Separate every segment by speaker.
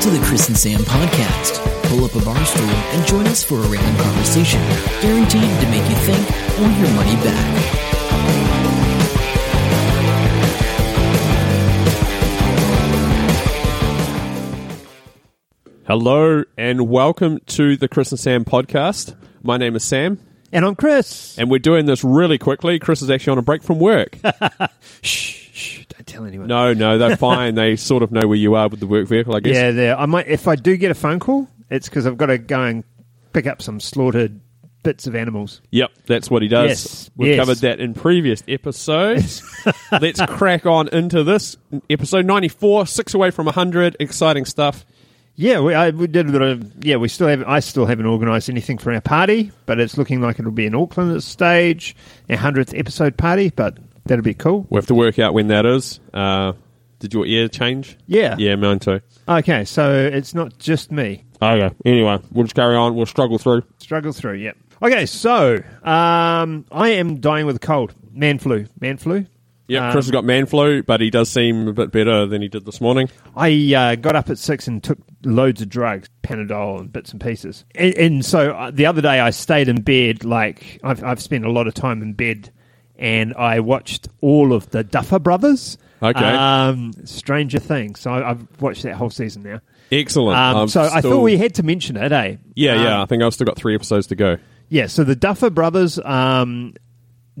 Speaker 1: to the Chris and Sam podcast. Pull up a bar stool and join us for a random conversation, guaranteed to make you think or your money back.
Speaker 2: Hello and welcome to the Chris and Sam podcast. My name is Sam,
Speaker 3: And I'm Chris.
Speaker 2: and we're doing this really quickly. Chris is actually on a break from work.
Speaker 3: Shh, shh, don't tell anyone.
Speaker 2: No, no, they're fine. They sort of know where you are with the work vehicle, I guess.
Speaker 3: Yeah, there. I might. If I do get a phone call, it's because I've got to go and pick up some slaughtered bits of animals.
Speaker 2: Yep, that's what he does.
Speaker 3: Yes,
Speaker 2: We've
Speaker 3: yes.
Speaker 2: covered that in previous episodes. Let's crack on into this episode 94, six away from 100. Exciting stuff.
Speaker 3: Yeah, we, I, we did a bit of. Yeah, we still have. I still haven't organised anything for our party, but it's looking like it'll be in Auckland at this stage. Our hundredth episode party, but that'll be cool.
Speaker 2: We'll have to work out when that is. Uh, did your ear change?
Speaker 3: Yeah.
Speaker 2: Yeah, mine too.
Speaker 3: Okay, so it's not just me.
Speaker 2: Okay. Anyway, we'll just carry on. We'll struggle through.
Speaker 3: Struggle through. Yep. Okay, so um, I am dying with a cold. Man flu. Man flu.
Speaker 2: Yeah,
Speaker 3: Um,
Speaker 2: Chris has got man flu, but he does seem a bit better than he did this morning.
Speaker 3: I uh, got up at six and took loads of drugs, Panadol and bits and pieces. And, and so uh, the other day I stayed in bed, like I've, I've spent a lot of time in bed, and I watched all of the Duffer Brothers.
Speaker 2: Okay.
Speaker 3: Um, Stranger Things. So I, I've watched that whole season now.
Speaker 2: Excellent.
Speaker 3: Um,
Speaker 2: I've
Speaker 3: so I
Speaker 2: still-
Speaker 3: thought we had to mention it, eh?
Speaker 2: Yeah,
Speaker 3: Um,
Speaker 2: yeah. I think I've still got three episodes to go.
Speaker 3: yeah, so the Duffer brothers um,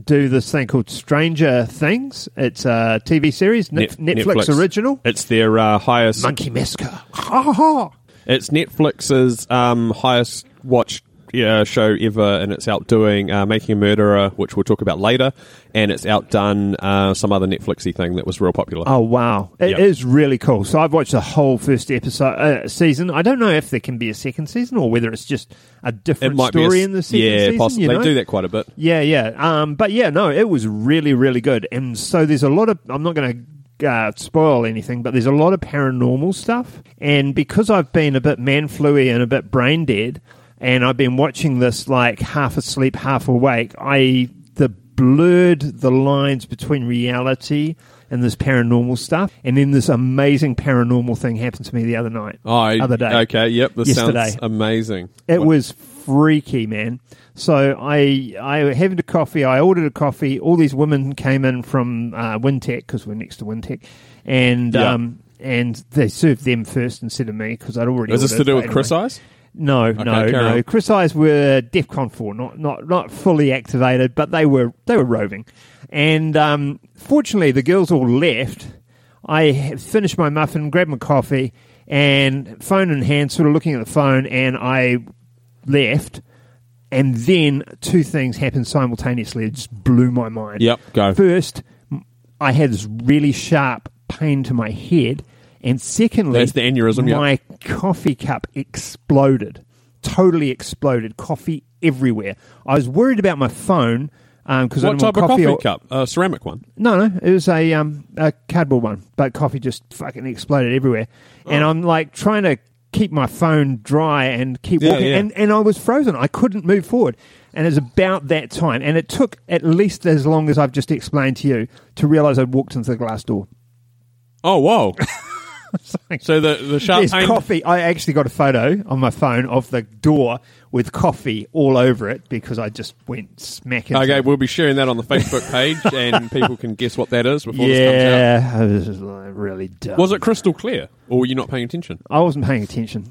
Speaker 3: do this thing called Stranger Things. It's a TV series, Netf-
Speaker 2: Net-
Speaker 3: Netflix, original.
Speaker 2: It's their uh, highest.
Speaker 3: Monkey Massacre. Ha ha.
Speaker 2: It's Netflix's um, highest watched yeah, show ever, and it's outdoing uh, Making a Murderer, which we'll talk about later, and it's outdone uh, some other Netflixy thing that was real popular.
Speaker 3: Oh wow, it is
Speaker 2: Yep.
Speaker 3: really cool. So I've watched the whole first episode uh, season. I don't know if there can be a second season or whether it's just a different
Speaker 2: be a
Speaker 3: story
Speaker 2: s-
Speaker 3: in the second
Speaker 2: yeah,
Speaker 3: season.
Speaker 2: possibly.
Speaker 3: you know?
Speaker 2: They do that quite a bit.
Speaker 3: Yeah, yeah. Um, but yeah, no, it was really, really good. And so there's a lot of. I'm not going to uh, spoil anything, but there's a lot of paranormal stuff. And because I've been a bit man fluey and a bit brain dead, and I've been watching this like half asleep, half awake, I the blurred the lines between reality and this paranormal stuff. And then this amazing paranormal thing happened to me the other night.
Speaker 2: I,
Speaker 3: other day.
Speaker 2: Oh, Okay, yep. This
Speaker 3: Yesterday.
Speaker 2: sounds amazing.
Speaker 3: It
Speaker 2: What-
Speaker 3: was freaky, man. So I I having a coffee. I ordered a coffee. All these women came in from uh, WinTech because we're next to WinTech, and
Speaker 2: Yeah.
Speaker 3: um and they served them first instead of me because I'd already.
Speaker 2: Is this to
Speaker 3: ordered,
Speaker 2: do
Speaker 3: but
Speaker 2: with Chris
Speaker 3: anyway.
Speaker 2: Eyes?
Speaker 3: No, no,
Speaker 2: carry
Speaker 3: no.
Speaker 2: on.
Speaker 3: Chris eyes were DEFCON four, not not not fully activated, but they were they were roving, and um, fortunately the girls all left. I ha- finished my muffin, grabbed my coffee, and phone in hand, sort of looking at the phone, and I left. And then two things happened simultaneously. It just blew my mind.
Speaker 2: Yep, go.
Speaker 3: First, m- I had this really sharp pain to my head, and secondly,
Speaker 2: That's the aneurysm, yeah.
Speaker 3: My coffee cup exploded, totally exploded. Coffee everywhere. I was worried about my phone because I
Speaker 2: What
Speaker 3: didn't want
Speaker 2: type of coffee
Speaker 3: or-
Speaker 2: cup? A ceramic one.
Speaker 3: no, no, it was a um a cardboard one, but coffee just fucking exploded everywhere,
Speaker 2: Oh.
Speaker 3: and I'm like trying to keep my phone dry and keep
Speaker 2: Yeah,
Speaker 3: walking,
Speaker 2: yeah.
Speaker 3: and and I was frozen. I couldn't move forward, and it's about that time, and it took at least as long as I've just explained to you to realize I'd walked into the glass door.
Speaker 2: Oh, whoa. so the, the sharp
Speaker 3: There's
Speaker 2: pain.
Speaker 3: coffee. I actually got a photo on my phone of the door with coffee all over it because I just went smacking.
Speaker 2: Okay, we'll be sharing that on the Facebook page, and people can guess what that is before this comes out.
Speaker 3: yeah, this is like really dumb.
Speaker 2: Was it crystal clear, or were you not paying attention?
Speaker 3: I wasn't paying attention.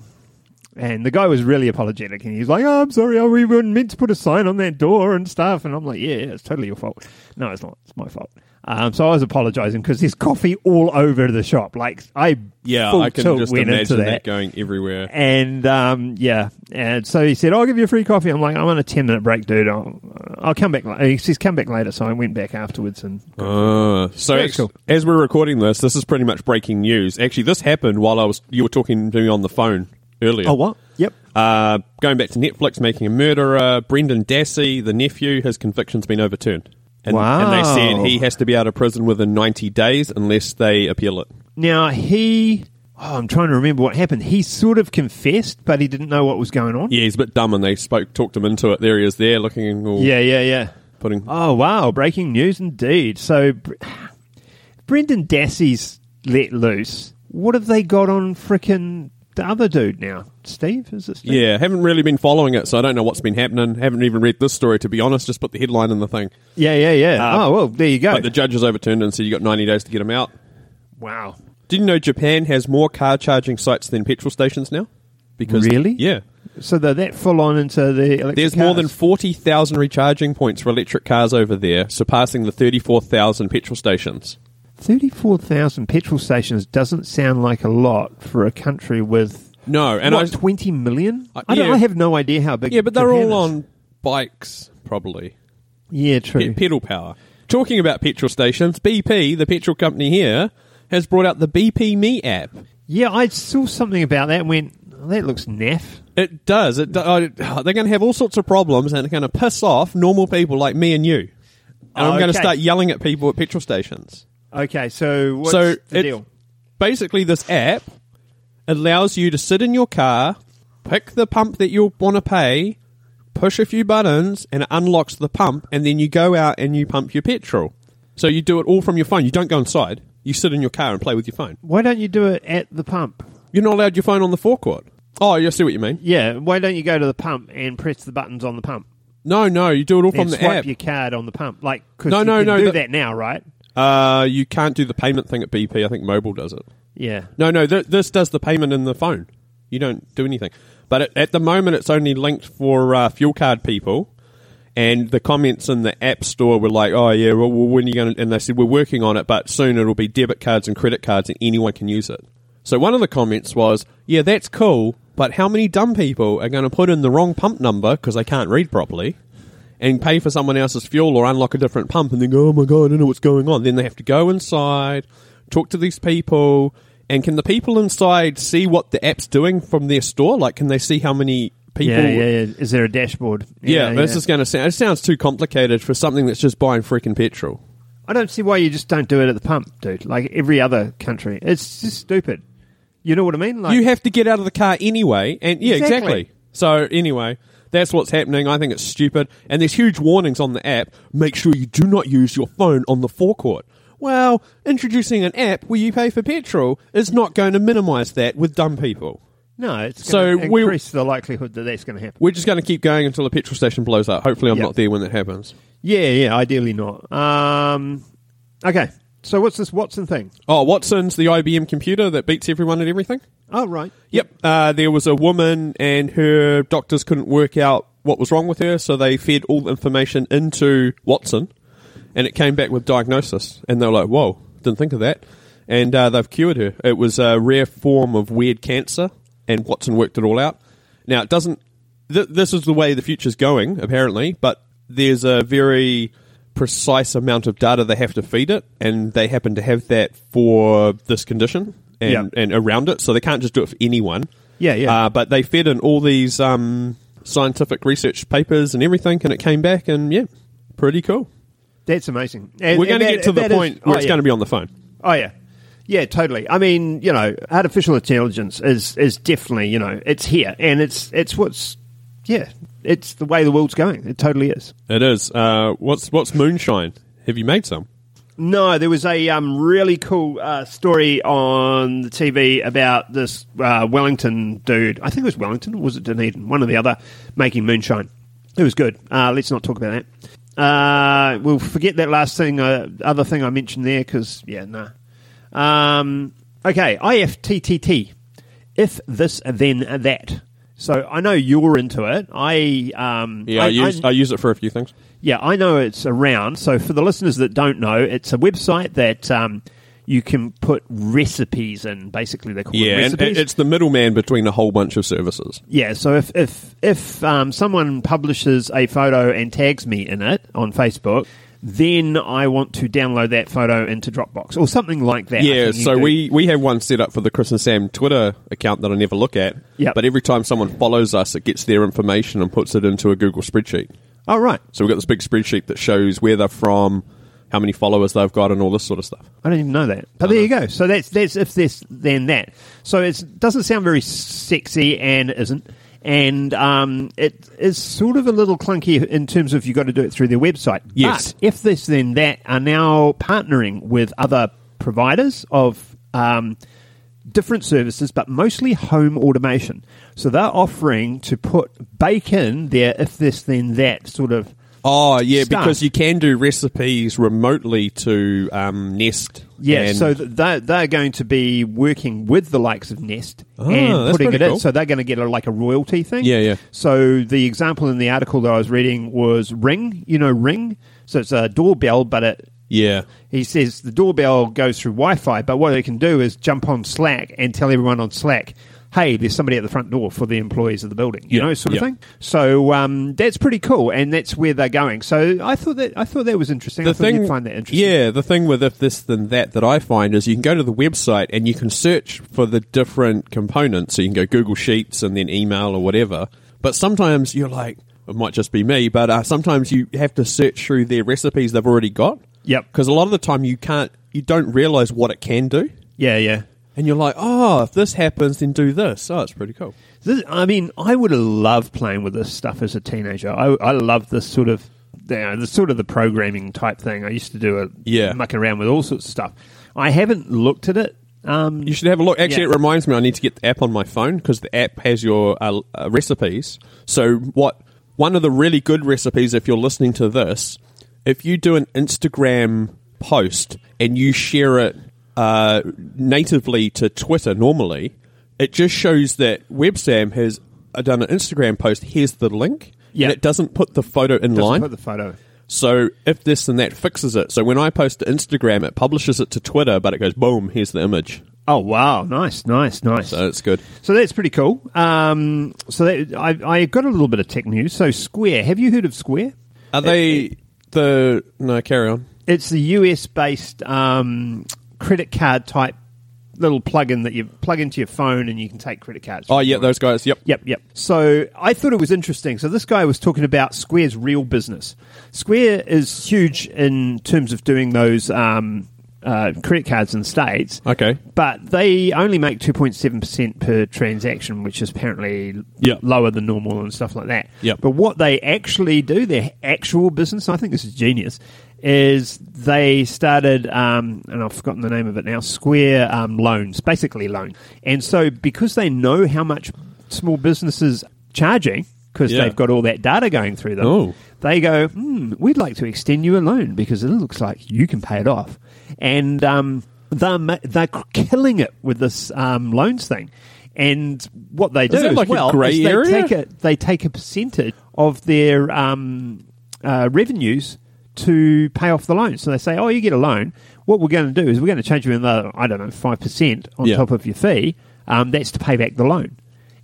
Speaker 3: And the guy was really apologetic, and he was like, "Oh, I'm sorry, oh, we were meant to put a sign on that door and stuff." And I'm like, "Yeah, yeah, it's totally your fault. No, it's not. It's my fault." Um, so I was apologising because there's coffee all over the shop. Like I, full
Speaker 2: I can
Speaker 3: tilt
Speaker 2: just
Speaker 3: went into
Speaker 2: imagine that.
Speaker 3: that.
Speaker 2: going everywhere.
Speaker 3: And um, yeah, and so he said, "I'll give you a free coffee." I'm like, "I'm on a ten minute break, dude. I'll, I'll come back." la-" He says, "Come back later." So I went back afterwards, and
Speaker 2: Uh, so
Speaker 3: That's
Speaker 2: ex-
Speaker 3: cool.
Speaker 2: as we're recording this, this is pretty much breaking news. Actually, this happened while I was you were talking to me on the phone earlier.
Speaker 3: oh, what? Yep.
Speaker 2: Uh, going back to Netflix, making a murderer, Brendan Dassey, the nephew, his conviction's been overturned. And,
Speaker 3: Wow.
Speaker 2: and they said he has to be out of prison within 90 days unless they appeal it.
Speaker 3: Now he, oh, I'm trying to remember what happened. He sort of confessed, but he didn't know what was going on.
Speaker 2: Yeah, he's a bit dumb, and they spoke talked him into it. There he is, there looking all
Speaker 3: yeah, yeah. yeah.
Speaker 2: putting.
Speaker 3: Oh wow, breaking news indeed. So Bre- Brendan Dassey's let loose. What have they got on frickin' the other dude now? Steve? Is it Steve?
Speaker 2: Yeah, haven't really been following it, so I don't know what's been happening. Haven't even read this story, to be honest. Just put the headline in the thing.
Speaker 3: Yeah, yeah, yeah.
Speaker 2: Um,
Speaker 3: oh, well, there you go.
Speaker 2: But the judge has overturned it and said you got 90 days to get him out.
Speaker 3: wow.
Speaker 2: Did you know Japan has more car charging sites than petrol stations now? Because
Speaker 3: Really?
Speaker 2: Yeah.
Speaker 3: So they're that full on into the electric
Speaker 2: There's more than
Speaker 3: cars.
Speaker 2: 40,000 recharging points for electric cars over there, surpassing the 34,000 petrol stations.
Speaker 3: 34,000 petrol stations doesn't sound like a lot for a country with.
Speaker 2: No, and
Speaker 3: what,
Speaker 2: I
Speaker 3: 20 million?
Speaker 2: Uh,
Speaker 3: I, don't,
Speaker 2: yeah.
Speaker 3: I have no idea how big.
Speaker 2: Yeah, but they're
Speaker 3: Japan
Speaker 2: all
Speaker 3: is.
Speaker 2: on bikes probably.
Speaker 3: Yeah,
Speaker 2: Pe-
Speaker 3: true.
Speaker 2: pedal power. Talking about petrol stations, BP, the petrol company here, has brought out the BP Me app.
Speaker 3: yeah, I saw something about that and went, "Oh, that looks naff.
Speaker 2: It does. It do- oh, it- they're going to have all sorts of problems and they're going to piss off normal people like me and you. And I'm going to
Speaker 3: Okay.
Speaker 2: start yelling at people at petrol stations.
Speaker 3: Okay, so what's
Speaker 2: so
Speaker 3: the
Speaker 2: it-
Speaker 3: deal?
Speaker 2: basically, this app allows you to sit in your car, pick the pump that you want to pay, push a few buttons, and it unlocks the pump, and then you go out and you pump your petrol. So you do it all from your phone. You don't go inside. You sit in your car and play with your phone.
Speaker 3: Why don't you do it at the pump?
Speaker 2: You're not allowed your phone on the forecourt. Oh, I see what you mean.
Speaker 3: Yeah, why don't you go to the pump and press the buttons on the pump?
Speaker 2: No, no, you do it all from
Speaker 3: and
Speaker 2: the
Speaker 3: swipe
Speaker 2: app.
Speaker 3: your card on the pump. Like, 'cause
Speaker 2: No,
Speaker 3: you
Speaker 2: no,
Speaker 3: can
Speaker 2: no,
Speaker 3: do
Speaker 2: that-
Speaker 3: that now, right?
Speaker 2: Uh, you can't do the payment thing at BP. I think mobile does it.
Speaker 3: Yeah.
Speaker 2: No, no, th- this does the payment in the phone. You don't do anything. But at, at the moment, it's only linked for uh, fuel card people. And the comments in the app store were like, "Oh yeah, well, well when are you going?" to And they said, "We're working on it, but soon it'll be debit cards and credit cards, and anyone can use it." So one of the comments was, "Yeah, that's cool, but how many dumb people are going to put in the wrong pump number because they can't read properly?" and pay for someone else's fuel or unlock a different pump and then go, oh my God, I don't know what's going on. Then they have to go inside, talk to these people. And can the people inside see what the app's doing from their store? Like, can they see how many people?
Speaker 3: Yeah, yeah, yeah. Is there a dashboard?
Speaker 2: Yeah, this is going to sound, it sounds too complicated for something that's just buying freaking petrol.
Speaker 3: I don't see why you just don't do it at the pump, dude. Like every other country, it's just stupid. You know what I mean? Like,
Speaker 2: you have to get out of the car anyway. And yeah, exactly.
Speaker 3: Exactly.
Speaker 2: So anyway, that's what's happening. I think it's stupid. And there's huge warnings on the app. Make sure you do not use your phone on the forecourt. Well, introducing an app where you pay for petrol is not going to minimise that with dumb people.
Speaker 3: no, it's
Speaker 2: So
Speaker 3: so
Speaker 2: we-
Speaker 3: increase the likelihood that that's going to happen.
Speaker 2: We're just going to keep going until the petrol station blows up. Hopefully, I'm
Speaker 3: Yep.
Speaker 2: not there when that happens.
Speaker 3: Yeah, yeah. Ideally not. Um, okay. So what's this Watson thing?
Speaker 2: Oh, Watson's the IBM computer that beats everyone at everything.
Speaker 3: Oh, right.
Speaker 2: Yep. Uh, there was a woman, and her doctors couldn't work out what was wrong with her, so they fed all the information into Watson, and it came back with diagnosis. And they were like, "Whoa, didn't think of that." And uh, they've cured her. It was a rare form of weird cancer, and Watson worked it all out. Now it doesn't. Th- this is the way the future's going, apparently. But there's a very precise amount of data they have to feed it, and they happen to have that for this condition and,
Speaker 3: Yeah.
Speaker 2: and around it, so they can't just do it for anyone.
Speaker 3: Yeah, yeah.
Speaker 2: Uh, but they fed in all these um, scientific research papers and everything, and it came back, and yeah, pretty cool.
Speaker 3: That's amazing.
Speaker 2: We're going to get to the point where it's going to be on the phone.
Speaker 3: Oh yeah, yeah, totally. I mean, you know, artificial intelligence is is definitely you know it's here and it's it's what's yeah it's the way the world's going. It totally is.
Speaker 2: It is. Uh, what's what's moonshine? Have you made some?
Speaker 3: No, there was a um, really cool uh, story on the TV about this uh, Wellington dude. I think it was Wellington, or was it Dunedin? One or the other, making moonshine. It was good. Uh, let's not talk about that. Uh, we'll forget that last thing, uh, other thing I mentioned there, because, yeah, no. Um, okay, IFTTT. If this, then that. So I know you're into it. I um,
Speaker 2: Yeah, I, use I, use it for a few things.
Speaker 3: yeah, I know it's around. So for the listeners that don't know, it's a website that um, you can put recipes in. Basically, they call
Speaker 2: Yeah,
Speaker 3: it
Speaker 2: and
Speaker 3: recipes.
Speaker 2: it- it's the middleman between a whole bunch of services.
Speaker 3: yeah, so if if if um, someone publishes a photo and tags me in it on Facebook, then I want to download that photo into Dropbox or something like that. I
Speaker 2: Yeah,
Speaker 3: think you
Speaker 2: so
Speaker 3: do.
Speaker 2: we, we have one set up for the Chris and Sam Twitter account that I never look at.
Speaker 3: Yep.
Speaker 2: But every time someone follows us, it gets their information and puts it into a Google spreadsheet.
Speaker 3: oh right,
Speaker 2: So we've got this big spreadsheet that shows where they're from, how many followers they've got, and all this sort of stuff.
Speaker 3: I didn't even know that. But there you go. So that's that's if this then that. So it doesn't sound very sexy and isn't, and um, it is sort of a little clunky in terms of you've got to do it through their website.
Speaker 2: Yes.
Speaker 3: But if this then that are now partnering with other providers of um, different services, but mostly home automation. So they're offering to put bake in their if this then that sort of
Speaker 2: Oh yeah,
Speaker 3: Stuff.
Speaker 2: because you can do recipes remotely to um, Nest.
Speaker 3: Yeah,
Speaker 2: and-
Speaker 3: so th- they're, they're going to be working with the likes of Nest and
Speaker 2: Ah, that's
Speaker 3: putting it
Speaker 2: pretty
Speaker 3: in.
Speaker 2: cool.
Speaker 3: So they're going to get a, like a royalty thing.
Speaker 2: Yeah, yeah.
Speaker 3: So the example in the article that I was reading was Ring. You know Ring? So it's a doorbell, but it,
Speaker 2: yeah,
Speaker 3: he says the doorbell goes through Wi Fi, but what they can do is jump on Slack and tell everyone on Slack, hey, there's somebody at the front door for the employees of the building, you
Speaker 2: Yeah,
Speaker 3: know, sort of
Speaker 2: yeah.
Speaker 3: thing. So um, that's pretty cool, and that's where they're going. So I thought that I thought that was interesting. I thought you'd find that interesting.
Speaker 2: Yeah, the thing with if this then that that I find is you can go to the website and you can search for the different components. So you can go Google Sheets and then email or whatever. But sometimes you're like, it might just be me, but uh, sometimes you have to search through their recipes they've already got.
Speaker 3: Yep.
Speaker 2: Because a lot of the time you can't, you don't realize what it can do,
Speaker 3: Yeah, yeah.
Speaker 2: and you're like, oh, if this happens, then do this. Oh, it's pretty cool.
Speaker 3: This, I mean, I would have loved playing with this stuff as a teenager. I, I love this sort of, you know, the sort of the programming type thing. I used to do a
Speaker 2: Yeah.
Speaker 3: mucking around with all sorts of stuff. I haven't looked at it. Um,
Speaker 2: You should have a look. Actually,
Speaker 3: Yeah.
Speaker 2: it reminds me I need to get the app on my phone because the app has your uh, uh, recipes. So what? One of the really good recipes, if you're listening to this, if you do an Instagram post and you share it uh, natively to Twitter normally, it just shows that WebSam has uh, done an Instagram post. Here's the link.
Speaker 3: Yeah.
Speaker 2: And it doesn't put the photo in
Speaker 3: doesn't
Speaker 2: line.
Speaker 3: put the photo.
Speaker 2: So if this and that fixes it. So when I post to Instagram, it publishes it to Twitter, but it goes boom. Here's the image.
Speaker 3: Oh wow! Nice, nice, nice.
Speaker 2: So it's good.
Speaker 3: So that's pretty cool. Um, so that, I, I got a little bit of tech news. So Square, have you heard of Square?
Speaker 2: Are they the no? Carry on.
Speaker 3: It's the US based um, credit card type little plug-in that you plug into your phone and you can take credit cards.
Speaker 2: Oh yeah, those guys. Yep.
Speaker 3: Yep, yep. So I thought it was interesting. So this guy was talking about Square's real business. Square is huge in terms of doing those um, uh, credit cards in the States.
Speaker 2: Okay.
Speaker 3: But they only make 2.7% per transaction, which is apparently
Speaker 2: Yeah.
Speaker 3: lower than normal and stuff like that.
Speaker 2: Yep.
Speaker 3: But what they actually do, their actual business, I think this is genius, is they started, um, and I've forgotten the name of it now, Square um, Loans, basically loan. And so because they know how much small businesses charging, because
Speaker 2: Yeah.
Speaker 3: they've got all that data going through them,
Speaker 2: Oh.
Speaker 3: they go, hmm, we'd like to extend you a loan because it looks like you can pay it off. And um, they're, ma- they're killing it with this um, loans thing. And what they do
Speaker 2: that
Speaker 3: as
Speaker 2: like a
Speaker 3: well
Speaker 2: grey
Speaker 3: is they
Speaker 2: area?
Speaker 3: take a, they take a percentage of their um, uh, revenues to pay off the loan. So they say, oh, you get a loan. What we're going to do is we're going to charge you another, I don't know, 5% on
Speaker 2: Yeah.
Speaker 3: top of your fee. Um, that's to pay back the loan.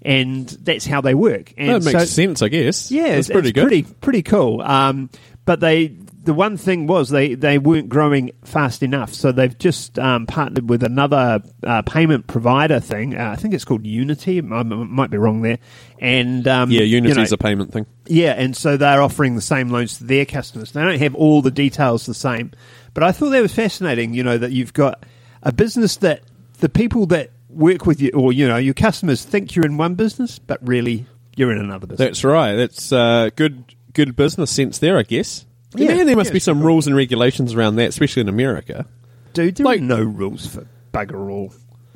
Speaker 3: And that's how they work. And
Speaker 2: That makes
Speaker 3: so-
Speaker 2: sense, I guess.
Speaker 3: yeah,
Speaker 2: that's
Speaker 3: it's,
Speaker 2: pretty
Speaker 3: it's
Speaker 2: good.
Speaker 3: Pretty pretty cool. Um, but they the one thing was they, they weren't growing fast enough, so they've just um, partnered with another uh, payment provider thing. Uh, I think it's called Unity. I m- m- might be wrong there. And um,
Speaker 2: yeah,
Speaker 3: you know,
Speaker 2: Unity's a payment thing.
Speaker 3: yeah, and so they're offering the same loans to their customers. They don't have all the details the same, but I thought that was fascinating. You know that you've got a business that the people that work with you or you know your customers think you're in one business, but really you're in another business.
Speaker 2: That's right. That's uh, good. Good business sense there, I guess.
Speaker 3: Yeah.
Speaker 2: Man, there must
Speaker 3: Yeah,
Speaker 2: be
Speaker 3: it's
Speaker 2: some rules and regulations around that, especially in America.
Speaker 3: Dude, there
Speaker 2: Like-
Speaker 3: are no rules for bugger all.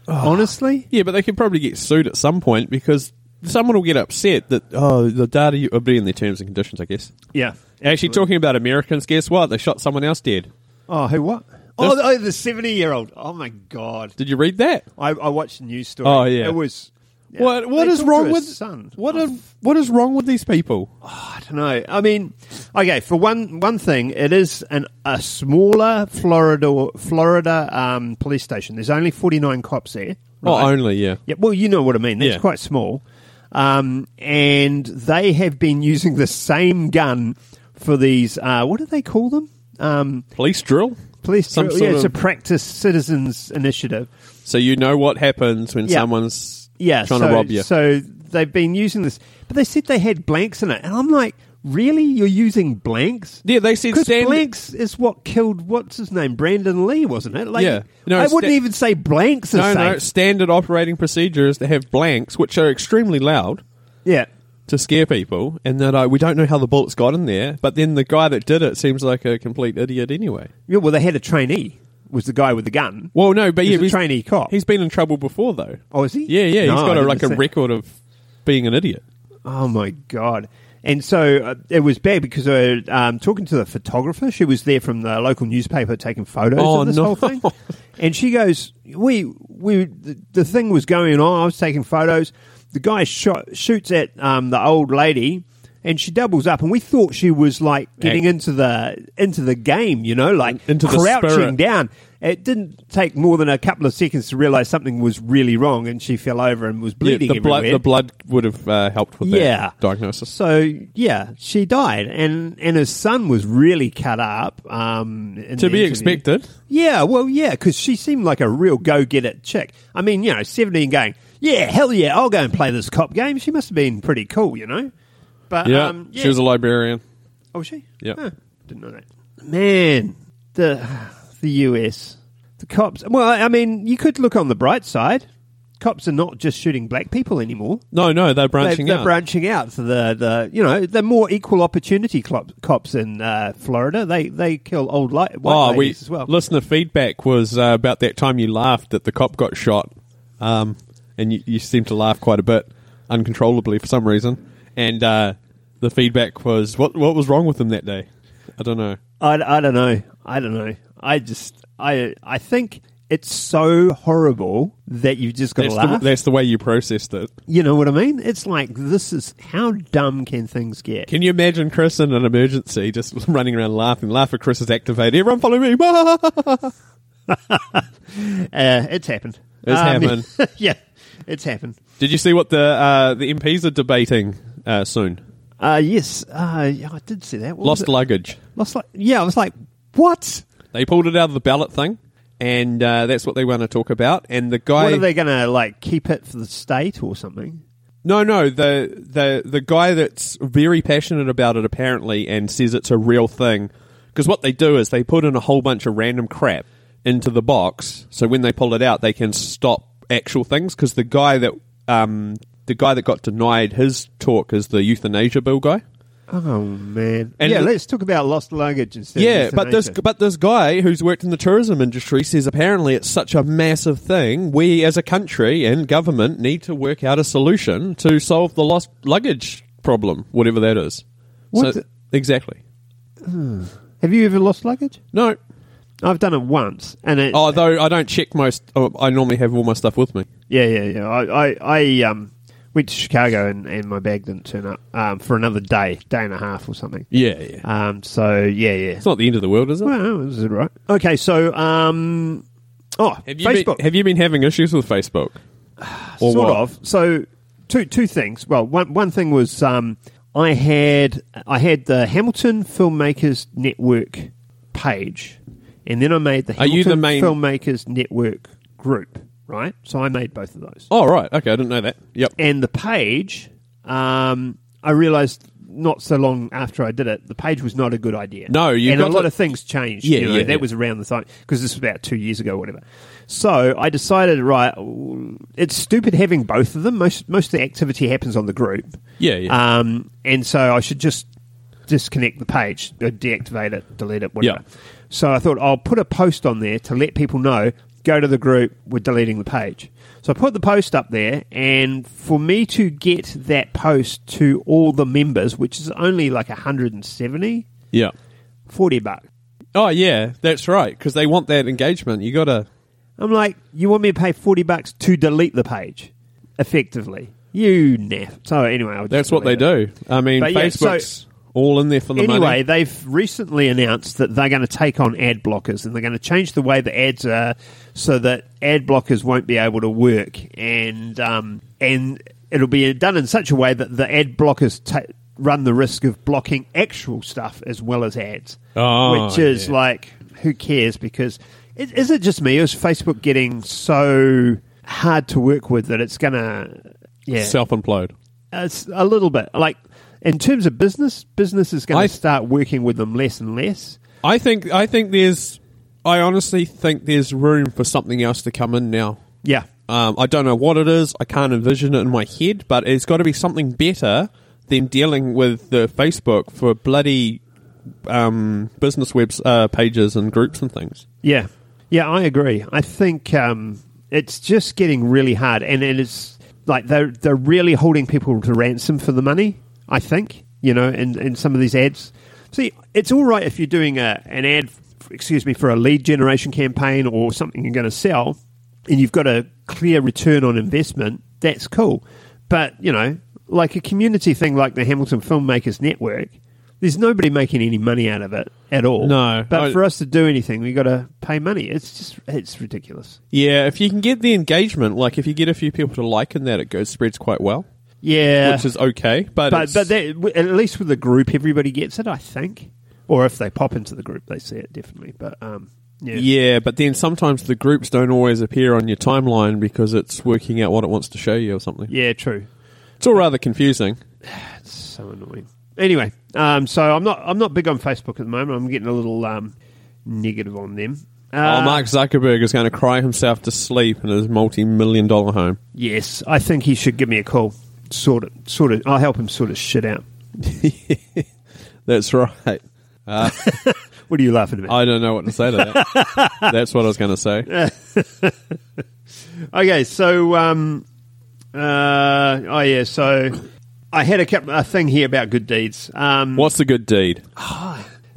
Speaker 3: Oh. Honestly?
Speaker 2: Yeah, but they could probably get sued at some point because someone will get upset that oh, the data you will be in their terms and conditions. I guess.
Speaker 3: Yeah.
Speaker 2: Actually, talking about Americans, guess what? They shot someone else dead.
Speaker 3: Oh, who what? Oh, the- oh, the 70 year old. Oh, my God.
Speaker 2: Did you read that?
Speaker 3: I, I watched the news story.
Speaker 2: Oh, yeah.
Speaker 3: It was. yeah.
Speaker 2: What What
Speaker 3: They
Speaker 2: is
Speaker 3: talked to
Speaker 2: wrong
Speaker 3: his
Speaker 2: with
Speaker 3: son? Oh.
Speaker 2: what? Are, what is wrong with these people?
Speaker 3: I don't know. I mean, okay, for one one thing, it is an, a smaller Florida Florida um, police station. There's only 49 cops there.
Speaker 2: Oh,
Speaker 3: right?
Speaker 2: only yeah.
Speaker 3: Yeah, well, you know what I mean. That's
Speaker 2: Yeah.
Speaker 3: quite small. Um, and they have been using the same gun for these, uh, what do they call them? Um,
Speaker 2: Police drill.
Speaker 3: police.
Speaker 2: Some
Speaker 3: drill-
Speaker 2: sort
Speaker 3: yeah, it's a
Speaker 2: of-
Speaker 3: practice citizens initiative.
Speaker 2: So you know what happens when
Speaker 3: Yeah.
Speaker 2: someone's
Speaker 3: Yeah,
Speaker 2: trying
Speaker 3: so,
Speaker 2: to rob you.
Speaker 3: So they've been using this, but they said they had blanks in it, and I'm like, really? You're using blanks?
Speaker 2: yeah, they said
Speaker 3: Because
Speaker 2: stand.
Speaker 3: blanks is what killed what's his name, Brandon Lee, wasn't it? Like,
Speaker 2: Yeah. No,
Speaker 3: I
Speaker 2: it's
Speaker 3: wouldn't
Speaker 2: that-
Speaker 3: even say blanks. Are
Speaker 2: no, no,
Speaker 3: safe.
Speaker 2: standard operating procedures that have blanks, which are extremely loud
Speaker 3: yeah,
Speaker 2: to scare people, and that uh, we don't know how the bullets got in there. But then the guy that did it seems like a complete idiot anyway.
Speaker 3: yeah. Well, they had a trainee. was the guy with the gun.
Speaker 2: Well, no, but
Speaker 3: He's
Speaker 2: yeah,
Speaker 3: a trainee cop.
Speaker 2: He's been in trouble before though.
Speaker 3: Oh, is he?
Speaker 2: Yeah, yeah,
Speaker 3: No,
Speaker 2: he's
Speaker 3: I
Speaker 2: got a,
Speaker 3: didn't
Speaker 2: like a
Speaker 3: see-
Speaker 2: record of being an idiot.
Speaker 3: Oh my god! And so uh, it was bad because I um, talking to the photographer. She was there from the local newspaper taking photos
Speaker 2: Oh,
Speaker 3: of this
Speaker 2: no.
Speaker 3: whole thing. And she goes, "We we the, the thing was going on. I was taking photos. The guy shot, shoots at um, the old lady." And she doubles up, and we thought she was like getting
Speaker 2: Yeah.
Speaker 3: into the into the game, you know, like
Speaker 2: Into the
Speaker 3: crouching
Speaker 2: spirit.
Speaker 3: down. It didn't take more than a couple of seconds to realize something was really wrong, and she fell over and was
Speaker 2: Yeah,
Speaker 3: bleeding.
Speaker 2: the blood,
Speaker 3: everywhere.
Speaker 2: the blood would have uh, helped with
Speaker 3: Yeah.
Speaker 2: that diagnosis.
Speaker 3: So yeah, she died, and and her son was really cut up. Um, in
Speaker 2: To
Speaker 3: the
Speaker 2: be
Speaker 3: interview.
Speaker 2: expected.
Speaker 3: Yeah, well, yeah, because she seemed like a real go get it chick. I mean, you know, seventeen, going, yeah, hell yeah, I'll go and play this cop game. She must have been pretty cool, you know. But
Speaker 2: Yeah,
Speaker 3: um, yeah.
Speaker 2: she was a librarian.
Speaker 3: oh, was she?
Speaker 2: Yeah.
Speaker 3: Huh, didn't know that. Man, the the U.S. the cops. Well, I mean, you could look on the bright side. Cops are not just shooting black people anymore
Speaker 2: No, no, they're branching
Speaker 3: they,
Speaker 2: out.
Speaker 3: They're branching out. So the the you know the more equal opportunity clop, cops in uh, Florida. They they kill old light white
Speaker 2: oh, we
Speaker 3: ladies as well.
Speaker 2: listener feedback was uh, about that time you laughed that the cop got shot, um, and you, you seemed to laugh quite a bit uncontrollably for some reason. And uh, the feedback was what what was wrong with him that day? I don't know.
Speaker 3: I, I don't know. I don't know. I just I I think it's so horrible that you've just got to
Speaker 2: That's the,
Speaker 3: laugh.
Speaker 2: that's the way you processed it.
Speaker 3: you know what I mean? It's like this is how dumb can things get?
Speaker 2: Can you imagine Chris in an emergency just running around laughing? Laugh at Chris is activated. Everyone follow me.
Speaker 3: uh, it's happened. Um,
Speaker 2: It's happened.
Speaker 3: yeah, it's happened.
Speaker 2: Did you see what the uh, the MPs are debating uh, soon?
Speaker 3: Uh, yes, uh, yeah, I did see that. What was
Speaker 2: Lost
Speaker 3: it?
Speaker 2: luggage.
Speaker 3: Lost like yeah. I was like, what?
Speaker 2: They pulled it out of the ballot thing, and uh, that's what they want to talk about. And the guy,
Speaker 3: What are they going to like keep it for the state or something?
Speaker 2: no, no, the the the guy that's very passionate about it apparently, and says it's a real thing. Because what they do is they put in a whole bunch of random crap into the box, so when they pull it out, they can stop actual things. Because the guy that um, the guy that got denied his talk is the euthanasia bill guy.
Speaker 3: Oh man!
Speaker 2: And
Speaker 3: yeah,
Speaker 2: the-
Speaker 3: let's talk about lost luggage instead.
Speaker 2: Yeah,
Speaker 3: of
Speaker 2: but this
Speaker 3: destination.
Speaker 2: but this guy who's worked in the tourism industry says apparently it's such a massive thing. We as a country and government need to work out a solution to solve the lost luggage problem, whatever that is.
Speaker 3: What the-
Speaker 2: exactly?
Speaker 3: have you ever lost luggage?
Speaker 2: No.
Speaker 3: I've done it once, and it,
Speaker 2: Although I don't check most, oh, I normally have all my stuff with me.
Speaker 3: yeah, yeah, yeah. I, I, I um, went to Chicago, and, and my bag didn't turn up um, for another day, day and a half or something.
Speaker 2: Yeah, yeah.
Speaker 3: Um, so yeah, yeah.
Speaker 2: It's not the end of the world, is it?
Speaker 3: Well, is it right? Okay, so um, oh,
Speaker 2: have you
Speaker 3: Facebook.
Speaker 2: Been, have you been having issues with Facebook? Or
Speaker 3: sort
Speaker 2: what?
Speaker 3: of. So two two things. Well, one one thing was um, I had I had the Hamilton Filmmakers Network page, and then I made the
Speaker 2: Are
Speaker 3: Hamilton
Speaker 2: you the main-
Speaker 3: Filmmakers Network group. Right. So I made both of those,
Speaker 2: Oh right, okay, I didn't know that. Yep.
Speaker 3: and the page. Um, I realized not so long after I did it, the page was not a good idea.
Speaker 2: No, you
Speaker 3: and a
Speaker 2: got
Speaker 3: lot
Speaker 2: to-
Speaker 3: of things changed.
Speaker 2: Yeah,
Speaker 3: you know,
Speaker 2: yeah,
Speaker 3: that
Speaker 2: yeah.
Speaker 3: was around the time because this was about two years ago, whatever. So I decided, right, it's stupid having both of them. Most most of the activity happens on the group.
Speaker 2: Yeah, yeah.
Speaker 3: Um, and so I should just disconnect the page, uh, deactivate it, delete it, whatever.
Speaker 2: Yeah.
Speaker 3: So I thought I'll put a post on there to let people know. Go to the group. We're deleting the page. So I put the post up there, and for me to get that post to all the members, which is only like 170,
Speaker 2: Yeah.
Speaker 3: 40 bucks.
Speaker 2: Oh yeah, that's right. Because they want that engagement. You gotta.
Speaker 3: I'm like, you want me to pay 40 bucks to delete the page, effectively? You naff. So anyway, I'll just
Speaker 2: That's what they
Speaker 3: delete it.
Speaker 2: do. I mean,
Speaker 3: But yeah,
Speaker 2: Facebook's all in there for the
Speaker 3: Anyway,
Speaker 2: money.
Speaker 3: they've recently announced that they're going to take on ad blockers and they're going to change the way the ads are so that ad blockers won't be able to work and um, and it'll be done in such a way that the ad blockers ta run the risk of blocking actual stuff as well as ads,
Speaker 2: Oh,
Speaker 3: which is
Speaker 2: yeah.
Speaker 3: like who cares because is, is it just me or is Facebook getting so hard to work with that it's going to yeah
Speaker 2: Self implode.
Speaker 3: it's a little bit like in terms of business, business is going
Speaker 2: I-
Speaker 3: to start working with them less and less.
Speaker 2: I think. I think there's. I honestly think there's room for something else to come in now.
Speaker 3: Yeah,
Speaker 2: Um, I don't know what it is. I can't envision it in my head, but it's got to be something better than dealing with the Facebook for bloody um, business webs uh, pages and groups and things.
Speaker 3: yeah, Yeah, I agree. I think um, it's just getting really hard, and it is like they're they're really holding people to ransom for the money. I think you know, in in some of these ads. See, it's all right if you're doing a, an ad, excuse me, for a lead generation campaign or something you're going to sell, and you've got a clear return on investment. That's cool, but you know, like a community thing like the Hamilton Filmmakers Network, there's nobody making any money out of it at all.
Speaker 2: No.
Speaker 3: but
Speaker 2: I-
Speaker 3: for us to do anything, we got to pay money. It's just it's ridiculous.
Speaker 2: Yeah, if you can get the engagement, like if you get a few people to like in that, it goes spreads quite well,
Speaker 3: Yeah,
Speaker 2: which is okay. But
Speaker 3: but
Speaker 2: it's-
Speaker 3: but that, w- at least with the group, everybody gets it. I think, or if they pop into the group, they see it definitely. But um, yeah,
Speaker 2: yeah, but then sometimes the groups don't always appear on your timeline because it's working out what it wants to show you or something.
Speaker 3: Yeah, Uh, true.
Speaker 2: It's all rather confusing.
Speaker 3: It's so annoying. Anyway, um, so I'm not I'm not big on Facebook at the moment. I'm getting a little um, negative on them. Uh,
Speaker 2: oh, Mark Zuckerberg is going to cry himself to sleep in his multi-million dollar home.
Speaker 3: Yes, I think he should give me a call. Sort it, sort it. I'll help him sort his shit out.
Speaker 2: That's right.
Speaker 3: What are you laughing about?
Speaker 2: I don't know what to say to that. That's what I was going to say.
Speaker 3: Okay, so um, uh, oh yeah, so I had a, couple, a thing here about good deeds. Um,
Speaker 2: What's a good deed?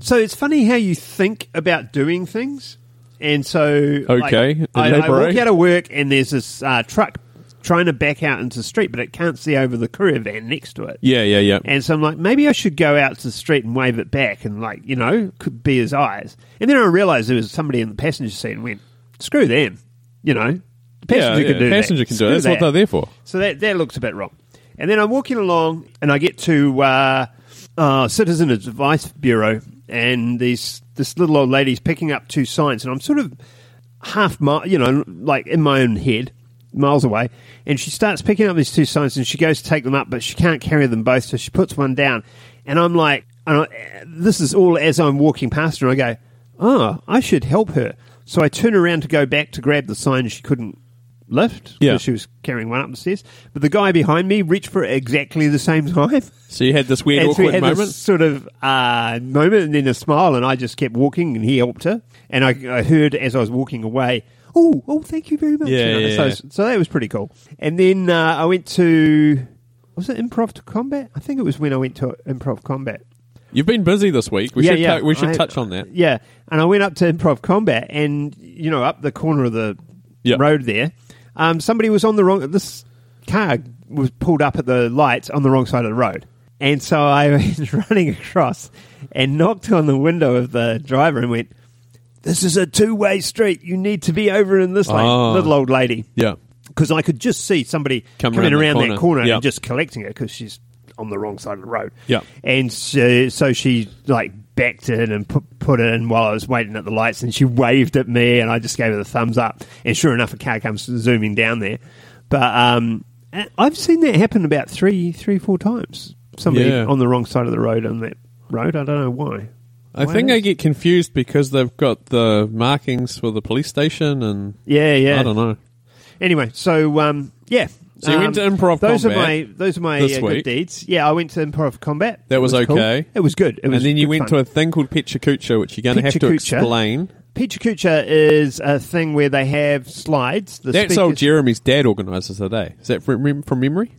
Speaker 3: so it's funny how you think about doing things, and so like,
Speaker 2: Okay,
Speaker 3: I, I walk
Speaker 2: elaborate.
Speaker 3: out of work and there's this uh, truck trying to back out into the street, but it can't see over the courier van next to it.
Speaker 2: Yeah, yeah, yeah.
Speaker 3: And so I'm like, maybe I should go out to the street and wave it back and, like, you know, could be his eyes. And then I realized there was somebody in the passenger seat and went, screw them. You know, the
Speaker 2: yeah,
Speaker 3: passenger
Speaker 2: yeah,
Speaker 3: can do
Speaker 2: passenger
Speaker 3: that.
Speaker 2: can do
Speaker 3: Screw
Speaker 2: it. That's what
Speaker 3: that.
Speaker 2: they're there for.
Speaker 3: So that, that looks a bit wrong. And then I'm walking along and I get to uh, uh, Citizen Advice Bureau and these this little old lady's picking up two signs and I'm sort of half mile, you know, like in my own head, miles away. And she starts picking up these two signs and she goes to take them up, but she can't carry them both, so she puts one down. And I'm like, and I, this is all as I'm walking past her. I go, oh, I should help her. So I turn around to go back to grab the sign she couldn't lift
Speaker 2: Yeah.
Speaker 3: because she was carrying one up the stairs. But the guy behind me reached for exactly the same time.
Speaker 2: So you had this weird
Speaker 3: And so we
Speaker 2: awkward
Speaker 3: had
Speaker 2: moment.
Speaker 3: this sort of uh, moment and then a smile, and I just kept walking, and he helped her. And I, I heard as I was walking away, oh, oh, thank you very much.
Speaker 2: Yeah,
Speaker 3: you know,
Speaker 2: yeah,
Speaker 3: so,
Speaker 2: yeah.
Speaker 3: so that was pretty cool. And then uh, I went to, was it Improv to Combat? I think it was when I went to Improv Combat.
Speaker 2: You've been busy this week. We should tou- we should
Speaker 3: I-
Speaker 2: touch on that.
Speaker 3: Yeah, and I went up to Improv Combat, and you know, up the corner of the
Speaker 2: Yeah.
Speaker 3: road there, um, somebody was on the wrong. This car was pulled up at the lights on the wrong side of the road, and so I was running across and knocked on the window of the driver and went, "This is a two-way street. You need to be over in this lane."
Speaker 2: Ah.
Speaker 3: Little old lady
Speaker 2: Yeah.
Speaker 3: because I could just see somebody
Speaker 2: Come
Speaker 3: coming
Speaker 2: around
Speaker 3: around,
Speaker 2: that
Speaker 3: that
Speaker 2: corner.
Speaker 3: corner
Speaker 2: Yeah.
Speaker 3: and just collecting it because she's on the wrong side of the road.
Speaker 2: Yeah.
Speaker 3: and so, so she like backed it and put put it in while I was waiting at the lights, and she waved at me, and I just gave her the thumbs up, and sure enough, a car comes zooming down there. But um, I- I've seen that happen about three, three, four times. Somebody
Speaker 2: Yeah.
Speaker 3: on the wrong side of the road on that road. I don't know why.
Speaker 2: I
Speaker 3: Why
Speaker 2: think
Speaker 3: is-
Speaker 2: I get confused because they've got the markings for the police station and
Speaker 3: Yeah, yeah.
Speaker 2: I don't know.
Speaker 3: Anyway, so um, yeah.
Speaker 2: So you went to
Speaker 3: Um,
Speaker 2: improv
Speaker 3: Those
Speaker 2: combat
Speaker 3: are my those are my
Speaker 2: this
Speaker 3: uh,
Speaker 2: week.
Speaker 3: good deeds. Yeah, I went to improv combat.
Speaker 2: That
Speaker 3: It
Speaker 2: was
Speaker 3: cool.
Speaker 2: okay.
Speaker 3: It was good. It was
Speaker 2: And then you
Speaker 3: good
Speaker 2: went to
Speaker 3: fun.
Speaker 2: a thing called Pichacucha, which you're going to have to
Speaker 3: Pichacucha?
Speaker 2: explain.
Speaker 3: Peachy Coocher is a thing where they have slides. The
Speaker 2: That's
Speaker 3: speakers-
Speaker 2: old Jeremy's dad organises the day. Is that from, from memory?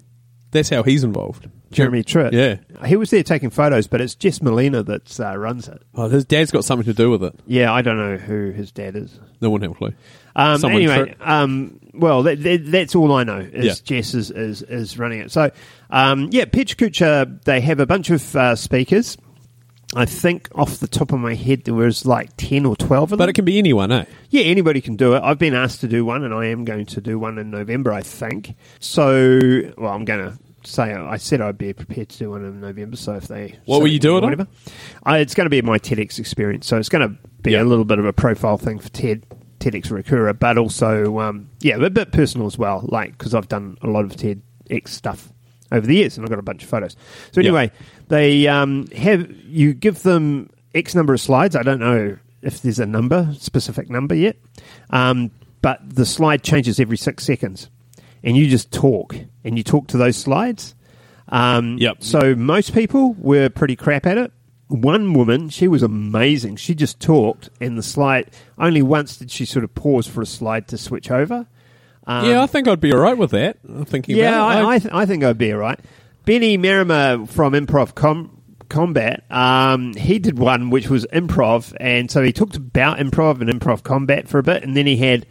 Speaker 2: That's how he's involved.
Speaker 3: Jeremy Tritt.
Speaker 2: Yeah.
Speaker 3: he was there taking photos, but it's Jess Molina that uh, runs it.
Speaker 2: Oh, his dad's got something to do with it.
Speaker 3: Yeah, I don't know who his dad is.
Speaker 2: No one had a clue.
Speaker 3: Um,
Speaker 2: Someone
Speaker 3: anyway,
Speaker 2: tripped.
Speaker 3: um, well, that, that, that's all I know is
Speaker 2: Yeah.
Speaker 3: Jess is, is, is running it. So, um, yeah, Pitch Kucha, they have a bunch of uh, speakers. I think off the top of my head, there was like 10 or 12 of
Speaker 2: But
Speaker 3: them.
Speaker 2: it can be anyone, eh?
Speaker 3: yeah, anybody can do it. I've been asked to do one, and I am going to do one in November, I think. So, well, I'm going to say I said I'd be prepared to do one in November. So if they
Speaker 2: What will you do it on?
Speaker 3: Whatever. Uh, it's going to be my TEDx experience, so it's going to be
Speaker 2: Yeah.
Speaker 3: a little bit of a profile thing for TED TEDx Recura, but also um, yeah, a bit personal as well, like because I've done a lot of TEDx stuff over the years, and I've got a bunch of photos. So
Speaker 2: Yeah.
Speaker 3: anyway, they um, have you give them X number of slides. I don't know if there's a number specific number yet, um, but the slide changes every six seconds, and you just talk and you talk to those slides. Um,
Speaker 2: Yep.
Speaker 3: So most people were pretty crap at it. one woman, she was amazing. She just talked, and the slide only once did she sort of pause for a slide to switch over.
Speaker 2: yeah, I think I'd be all right with that. I'm thinking
Speaker 3: Um, Yeah,
Speaker 2: about it.
Speaker 3: I, I, th- I think I'd be all right. Benny Merrimer from Improv Com- Combat, um, he did one which was improv, and so he talked about improv and improv combat for a bit, and then he had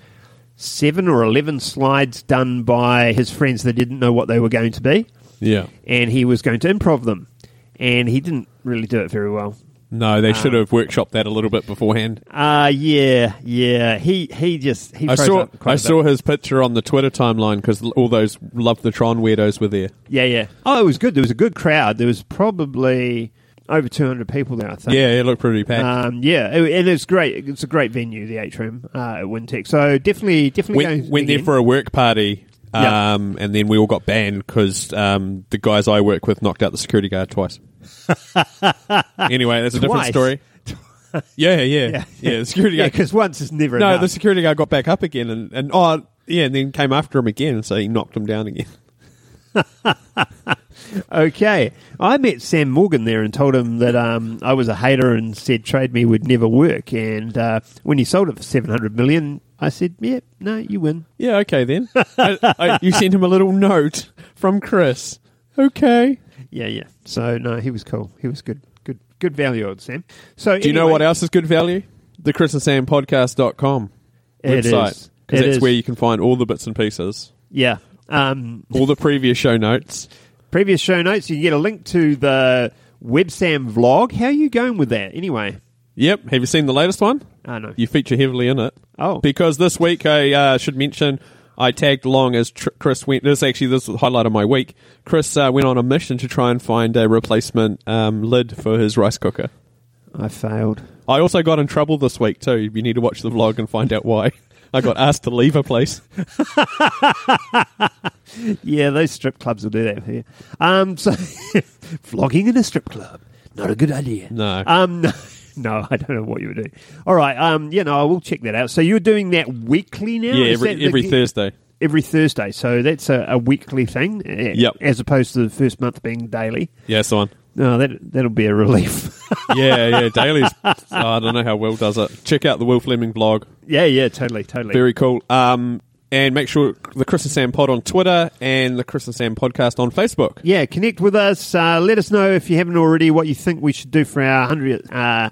Speaker 3: seven or eleven slides done by his friends that didn't know what they were going to be,
Speaker 2: yeah.
Speaker 3: and he was going to improv them, and he didn't really do it very well.
Speaker 2: No, they should
Speaker 3: Um,
Speaker 2: have workshopped that a little bit beforehand.
Speaker 3: Uh yeah, yeah. He he just he
Speaker 2: I
Speaker 3: froze
Speaker 2: saw
Speaker 3: up quite
Speaker 2: I
Speaker 3: a bit.
Speaker 2: saw his picture on the Twitter timeline because all those Love the Tron weirdos were there.
Speaker 3: Yeah, yeah. Oh, it was good. There was a good crowd. There was probably over 200 people there, I think.
Speaker 2: Yeah, it looked pretty packed.
Speaker 3: Um, yeah, it- and it's great. It's a great venue, the atrium uh, at Wintech. So definitely, definitely
Speaker 2: went,
Speaker 3: go
Speaker 2: went there
Speaker 3: again.
Speaker 2: for a work party,
Speaker 3: Yeah.
Speaker 2: um, and then we all got banned because um, the guys I work with knocked out the security guard twice. anyway, that's a different
Speaker 3: Twice?
Speaker 2: story. Yeah, yeah, yeah. the security
Speaker 3: yeah,
Speaker 2: guard.
Speaker 3: because once is never
Speaker 2: no,
Speaker 3: enough.
Speaker 2: the security guard got back up again, and, and oh yeah, and then came after him again, so he knocked him down again.
Speaker 3: Okay, I met Sam Morgan there and told him that um, I was a hater and said Trade Me would never work. And uh, when he sold it for 700 million, I said, "Yeah, no, you win."
Speaker 2: Yeah, okay then. I, I, you sent him a little note from Chris. Okay.
Speaker 3: Yeah, yeah. So no, he was cool. He was good, good, good value, old Sam. So
Speaker 2: Do you know what else is good value? The Chris and Sam podcast.com
Speaker 3: It
Speaker 2: website.
Speaker 3: is.
Speaker 2: Because
Speaker 3: It
Speaker 2: that's
Speaker 3: is.
Speaker 2: where you can find all the bits and pieces.
Speaker 3: Yeah. Um,
Speaker 2: all the previous show notes.
Speaker 3: previous show notes, you can get a link to the WebSam vlog. How are you going with that anyway?
Speaker 2: Yep. Have you seen the latest one?
Speaker 3: I know.
Speaker 2: You feature heavily in it.
Speaker 3: Oh.
Speaker 2: Because this week, I uh, should mention, I tagged along as tr- Chris went. This actually, this is the highlight of my week. Chris uh, went on a mission to try and find a replacement um, lid for his rice cooker.
Speaker 3: I failed.
Speaker 2: I also got in trouble this week, too. You need to watch the vlog and find out why. I got asked to leave a place.
Speaker 3: Yeah, those strip clubs will do that for you. Um, so vlogging in a strip club, not a good idea.
Speaker 2: No.
Speaker 3: Um, no, I don't know what you were doing. All right. Um, yeah, no, I will check that out. So you're doing that weekly now?
Speaker 2: yeah,
Speaker 3: Is
Speaker 2: every,
Speaker 3: that the-
Speaker 2: every Thursday.
Speaker 3: Every Thursday. So that's a, a weekly thing. eh,
Speaker 2: Yep.
Speaker 3: As opposed to the first month being daily.
Speaker 2: Yeah, it's the one.
Speaker 3: No, that that'll be a relief.
Speaker 2: Yeah, yeah, Daly's. oh, I don't know how Will does it. Check out the Will Fleming vlog.
Speaker 3: yeah, yeah, totally, totally.
Speaker 2: Very cool. Um, and make sure the Chris and Sam pod on Twitter and the Chris and Sam podcast on Facebook.
Speaker 3: yeah, connect with us. Uh, let us know if you haven't already what you think we should do for our 100th uh,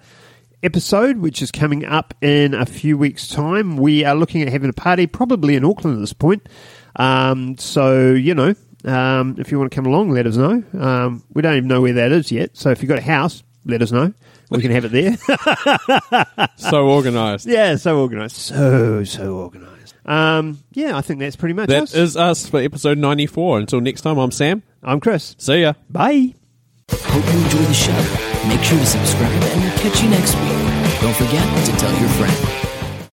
Speaker 3: episode, which is coming up in a few weeks' time. We are looking at having a party, probably in Auckland at this point. Um, so, you know, um, if you want to come along, let us know. Um, we don't even know where that is yet. So, if you've got a house, let us know. We can have it there.
Speaker 2: So organized.
Speaker 3: yeah, so organised. So, so organised. Um, yeah, I think that's pretty much
Speaker 2: That
Speaker 3: us.
Speaker 2: is us for episode 94. Until next time, I'm Sam.
Speaker 3: I'm Chris.
Speaker 2: See ya.
Speaker 3: Bye.
Speaker 1: Hope you enjoy the show. Make sure to subscribe and we'll catch you next week. Don't forget to tell your friend.